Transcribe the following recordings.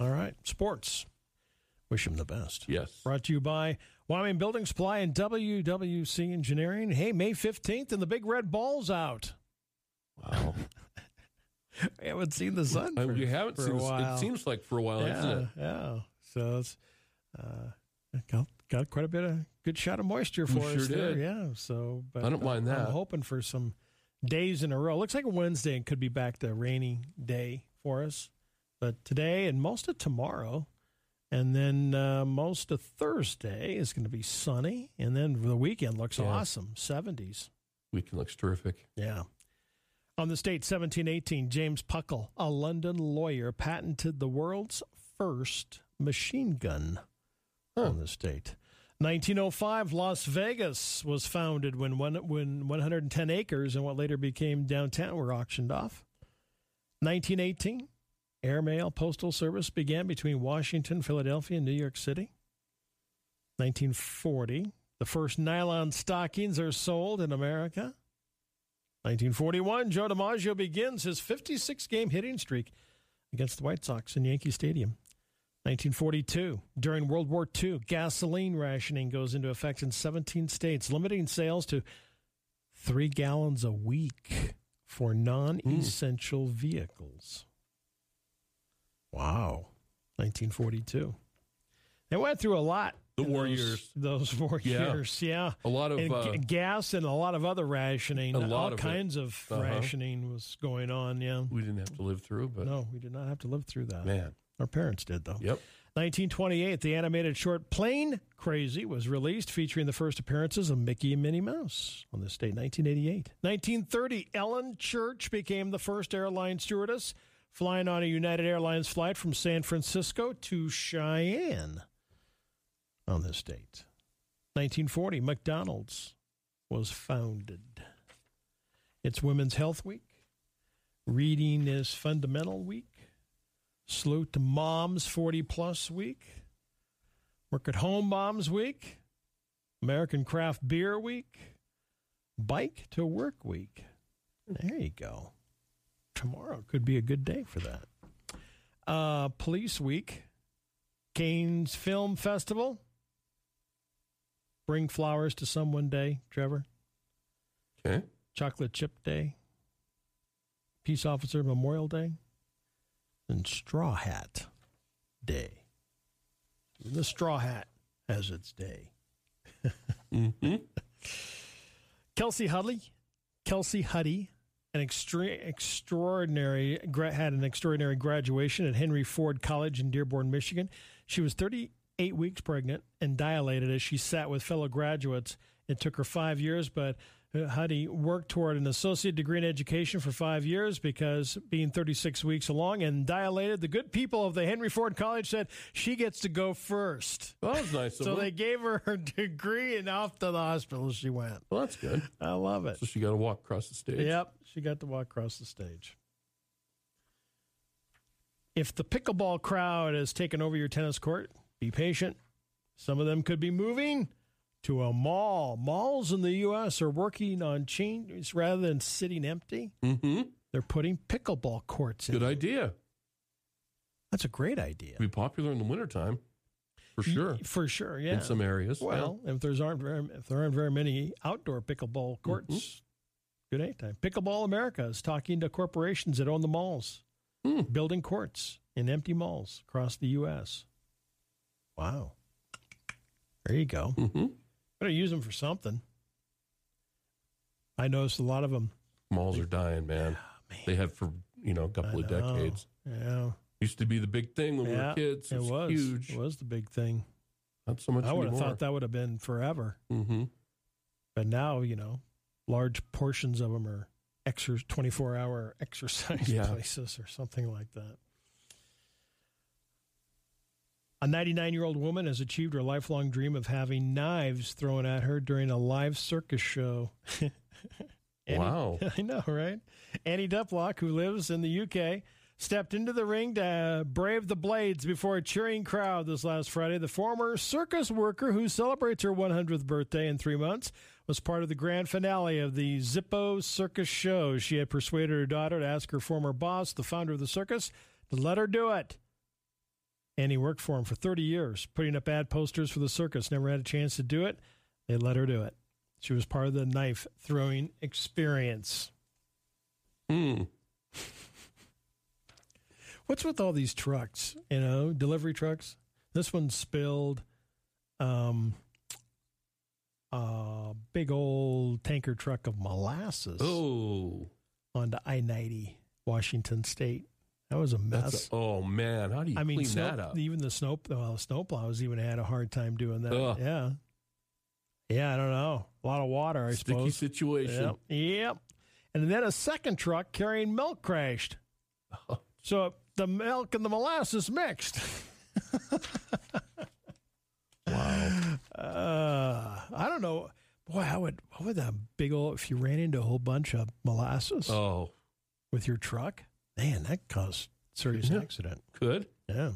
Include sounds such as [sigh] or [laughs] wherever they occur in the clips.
All right. Sports. Wish him the best. Yes. Brought to you by Wyoming Building Supply and WWC Engineering. Hey, May 15th, and the big red ball's out. Wow. [laughs] I haven't seen the sun. I- for- you haven't for seen a this- while. It seems like for a while, yeah, isn't it? yeah. So it's uh, got, got quite a bit of good shot of moisture for us sure there. did. Yeah. So, but uh, I don't mind I'm that. hoping for some days in a row. Looks like a Wednesday and could be back to rainy day for us, but today and most of tomorrow. And then uh, most of Thursday is going to be sunny, and then the weekend looks Yeah. awesome, seventies. Weekend looks terrific. Yeah. On the state 1718, James Puckle, a London lawyer, patented the world's first machine gun on this date. 1905, Las Vegas was founded when, one, when 110 acres and what later became downtown were auctioned off. 1918, airmail postal service began between Washington, Philadelphia, and New York City. 1940, the first nylon stockings are sold in America. 1941, Joe DiMaggio begins his 56 game hitting streak against the White Sox in Yankee Stadium. 1942, during World War II, gasoline rationing goes into effect in 17 states, limiting sales to three gallons a week for non essential Hmm. vehicles. Wow. 1942. They went through a lot. The in war those- years. Those four Yeah. years. Yeah A lot of and uh, g- gas and a lot of other rationing. a lot all of it. kinds of Uh-huh. rationing was going on. Yeah. we didn't have to live through, but No, we did not have to live through that. man, Our parents did, though. yep. 1928, the animated short Plane Crazy was released, featuring the first appearances of Mickey and Minnie Mouse on this date, 1988. 1930, Ellen Church became the first airline stewardess, flying on a United Airlines flight from San Francisco to Cheyenne on this date. 1940, McDonald's was founded. It's Women's Health Week. Reading is Fundamental Week. Salute to Moms 40 Plus Week. Work at Home Moms Week. American Craft Beer Week. Bike to Work Week. There you go. Tomorrow could be a good day for that. Uh, Police Week. Kane's Film Festival. Bring flowers to someone day, Trevor. Okay. Chocolate Chip Day, Peace Officer Memorial Day, and Straw Hat Day. Even the Straw Hat has its day. hmm Kelsey Hudley, Kelsey Huddy, an extre- extraordinary gra- had an extraordinary graduation at Henry Ford College in Dearborn, Michigan. She was 38 weeks pregnant and dilated as she sat with fellow graduates. It took her five years, but uh, Huddy worked toward an associate degree in education for five years because being 36 weeks along and dilated, the good people of the Henry Ford College said she gets to go first. Well, that was nice of So them. they gave her her degree and off to the hospital she went. well, that's good. I love it. So she got to walk across the stage. Yep, she got to walk across the stage. If the pickleball crowd has taken over your tennis court, be patient. Some of them could be moving to a mall. Malls in the U.S. are working on changes rather than sitting empty. Mm-hmm. They're putting pickleball courts in. Good idea. That's a great idea. Be popular in the wintertime, for sure. For sure, yeah. In some areas. Well, if there's aren't very, if there aren't very many outdoor pickleball courts, good anytime. Pickleball America is talking to corporations that own the malls, Hmm. building courts in empty malls across the U.S. Wow, there you go. hmm Better use them for something. I noticed a lot of them. Malls are dying, man. They have for you know a couple of decades. Yeah, Used to be the big thing when we yeah. were kids. It, was, huge. It was the big thing. Not so much I would anymore. have thought that would have been forever. Mm-hmm. But now, you know, large portions of them are exer- 24 hour [laughs] exercise Yeah. places or something like that. A 99 year old woman has achieved her lifelong dream of having knives thrown at her during a live circus show. [laughs] Annie- Wow. [laughs] I know, right? Annie Duplock, who lives in the UK, stepped into the ring to uh, brave the blades before a cheering crowd this last Friday. The former circus worker who celebrates her 100th birthday in three months was part of the grand finale of the Zippo Circus Show. She had persuaded her daughter to ask her former boss, the founder of the circus, to let her do it. and he worked for him for 30 years, putting up ad posters for the circus. Never had a chance to do it. They let her do it. She was part of the knife throwing experience. Hmm. What's with all these trucks? You know, delivery trucks. This one spilled um, a big old tanker truck of molasses Oh, onto I 90, Washington State. That was a mess. that's oh man. How do you I mean, clean snow- that up? even the snow, well, snowplows even had a hard time doing that. Ugh. Yeah, yeah, I don't know. A lot of water, I Sticky suppose. situation. Yep. yep. And then a second truck carrying milk crashed, [laughs] so the milk and the molasses mixed. Wow. Uh, I don't know. Boy, how would what would that big old if you ran into a whole bunch of molasses Oh, with your truck? Man, that caused serious Yeah. accident. good. Yeah.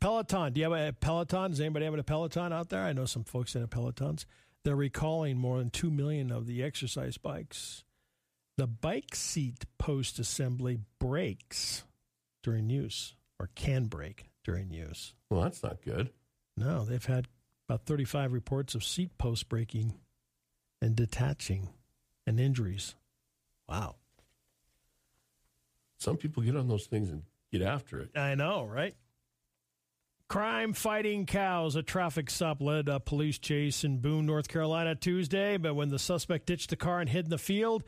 Peloton. Do you have a Peloton? Is anybody having a Peloton out there? I know some folks that have Pelotons. They're recalling more than 2 million of the exercise bikes. The bike seat post assembly breaks during use or can break during use. Well, that's not good. No, they've had about 35 reports of seat post breaking and detaching and injuries. Wow. Some people get on those things and get after it. I know, right? Crime fighting cows. A traffic stop led a police chase in Boone, North Carolina Tuesday, but when the suspect ditched the car and hid in the field,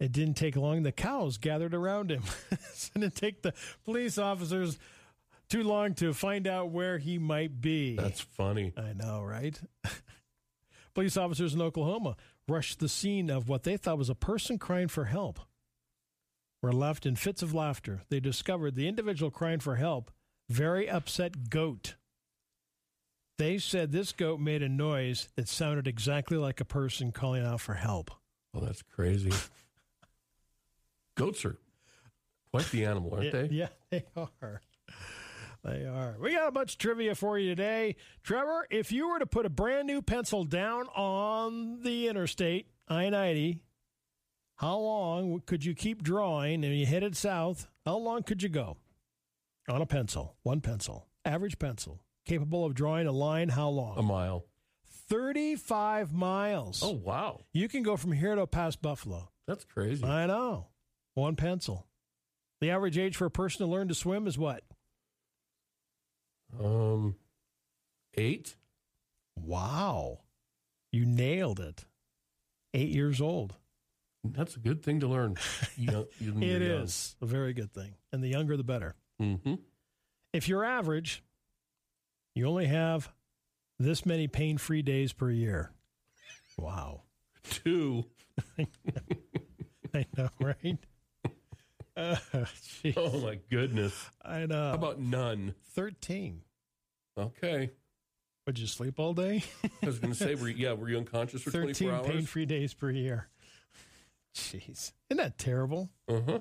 it didn't take long. The cows gathered around him. [laughs] it didn't take the police officers too long to find out where he might be. That's funny. I know, right? [laughs] Police officers in Oklahoma rushed the scene of what they thought was a person crying for help. Were left in fits of laughter. They discovered the individual crying for help, very upset goat. They said this goat made a noise that sounded exactly like a person calling out for help. Oh, that's crazy. Goats are quite the animal, aren't Yeah, they? Yeah, [laughs] they are. They are. We got a bunch of trivia for you today. Trevor, if you were to put a brand new pencil down on the interstate, I 90, how long could you keep drawing and you headed south? How long could you go on a pencil? One pencil, average pencil, capable of drawing a line, how long? A mile. 35 miles. Oh, wow. You can go from here to past Buffalo. That's crazy. I know. One pencil. The average age for a person to learn to swim is what? Um, eight? Wow. You nailed it. Eight years old. That's a good thing to learn. [laughs] You It is a very good thing. And the younger, the better. Mm-hmm. If you're average, you only have this many pain free days per year. Wow. Two. [laughs] I know, right? [laughs] Uh, gee, Oh, my goodness. I know. How about none? 13? Okay. Would you sleep all day? I was going to say, were you, yeah, were you unconscious for 24 13 hours? pain free days per year. Jeez. Isn't that terrible? Uh-huh.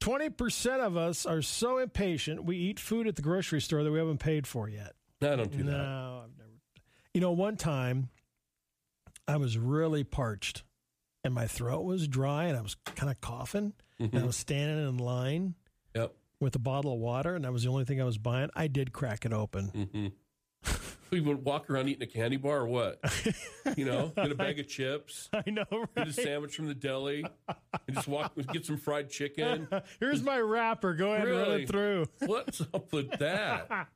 20% of us are so impatient we eat food at the grocery store that we haven't paid for yet. No, I don't do that. No, I've never. You know, one time I was really parched and my throat was dry and I was kind of coughing and I Mhm. was standing in line Yep. with a bottle of water and that was the only thing I was buying. I did crack it open. [laughs] Mm-hmm. we would walk around eating a candy bar or what? You know, get a bag of chips, I know, get a right? sandwich from the deli, and just walk, get some fried chicken. [laughs] Here's my wrapper. Go ahead and run Really? it through. What's up with that?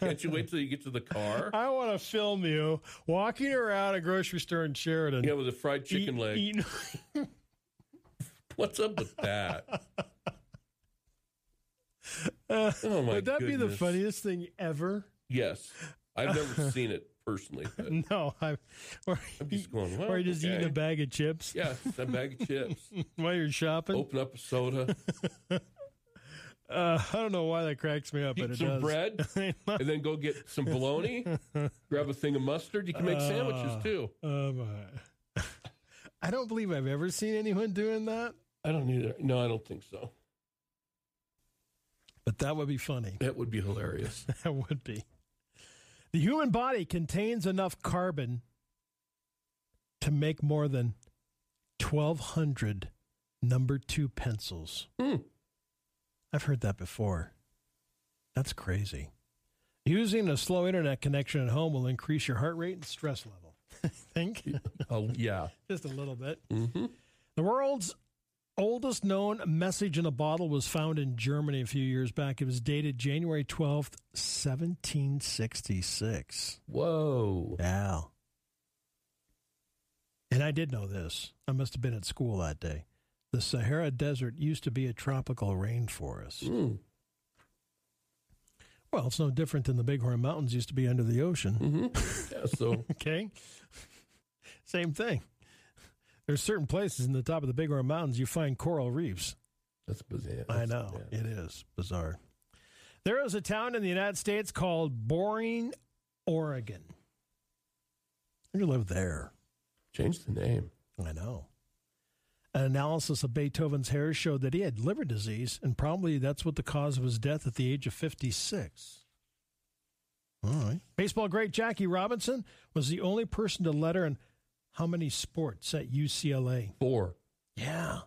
Can't you wait till you get to the car? I want to film you walking around a grocery store in Sheridan. Yeah, with a fried chicken Eat- leg. eat- What's up with [laughs] that? oh [laughs] my Would that be the goodness. funniest thing ever? Yes, I've never seen it personally. But [laughs] No, I, or, I'm just going. Well, or you're just eating okay. a bag of chips Yeah, it's a bag of chips. [laughs] while you're shopping. Open up a soda, Uh, I don't know why that cracks me up, but eat it Oh. some does. [laughs] bread, and then go get some bologna. grab a thing of mustard. You can Ah. make sandwiches too. Oh, my. [laughs] I don't believe I've ever seen anyone doing that, I don't either. No, I don't think so. but that would be funny. That would be hilarious. [laughs] That would be. The human body contains enough carbon to make more than 1,200 number two pencils. Hmm. I've heard that before. That's crazy. Using a slow internet connection at home will increase your heart rate and stress level. [laughs] I think [laughs] Oh yeah. just a little bit. hmm The world's oldest known message in a bottle was found in Germany a few years back. It was dated January 12th, 1766. Whoa. Wow. And I did know this. I must have been at school that day. The Sahara Desert used to be a tropical rainforest. Mm-hmm. Well, it's no different than the Bighorn Mountains used to be under the ocean. [laughs] Mm-hmm. Yeah, so Okay. Same thing. There's certain places in the top of the Bighorn Mountains you find coral reefs. that's bizarre. I know. Yeah. It is bizarre. There is a town in the United States called Boring, Oregon. You live there. Change the name. I know. An analysis of Beethoven's hair showed that he had liver disease, and probably that's what the cause of his death at the age of 56. All right. Baseball great Jackie Robinson was the only person to letter in how many sports at UCLA? Four. Yeah.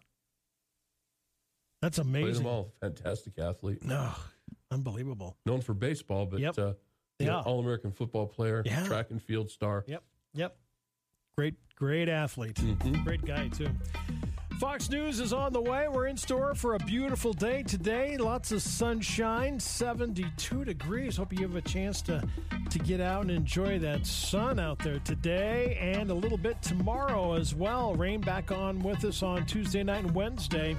That's Played them amazing. all. Fantastic athlete. No, unbelievable. Known for baseball, but Yep. uh, Yeah. all American football player, Yeah. track and field star. Yep. Yep. Great, great athlete. Great guy, too. Fox News is on the way. We're in store for a beautiful day today. Lots of sunshine, 72 degrees. Hope you have a chance to, to get out and enjoy that sun out there today and a little bit tomorrow as well. Rain back on with us on Tuesday night and Wednesday.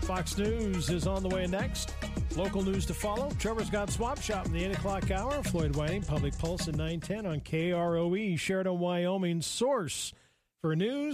Fox News is on the way next. Local news to follow. Trevor's got Swap Shop in the 8 o'clock hour. Floyd Whiting, E, Public Pulse at 910 on KROE, Sheridan, Wyoming, source for news.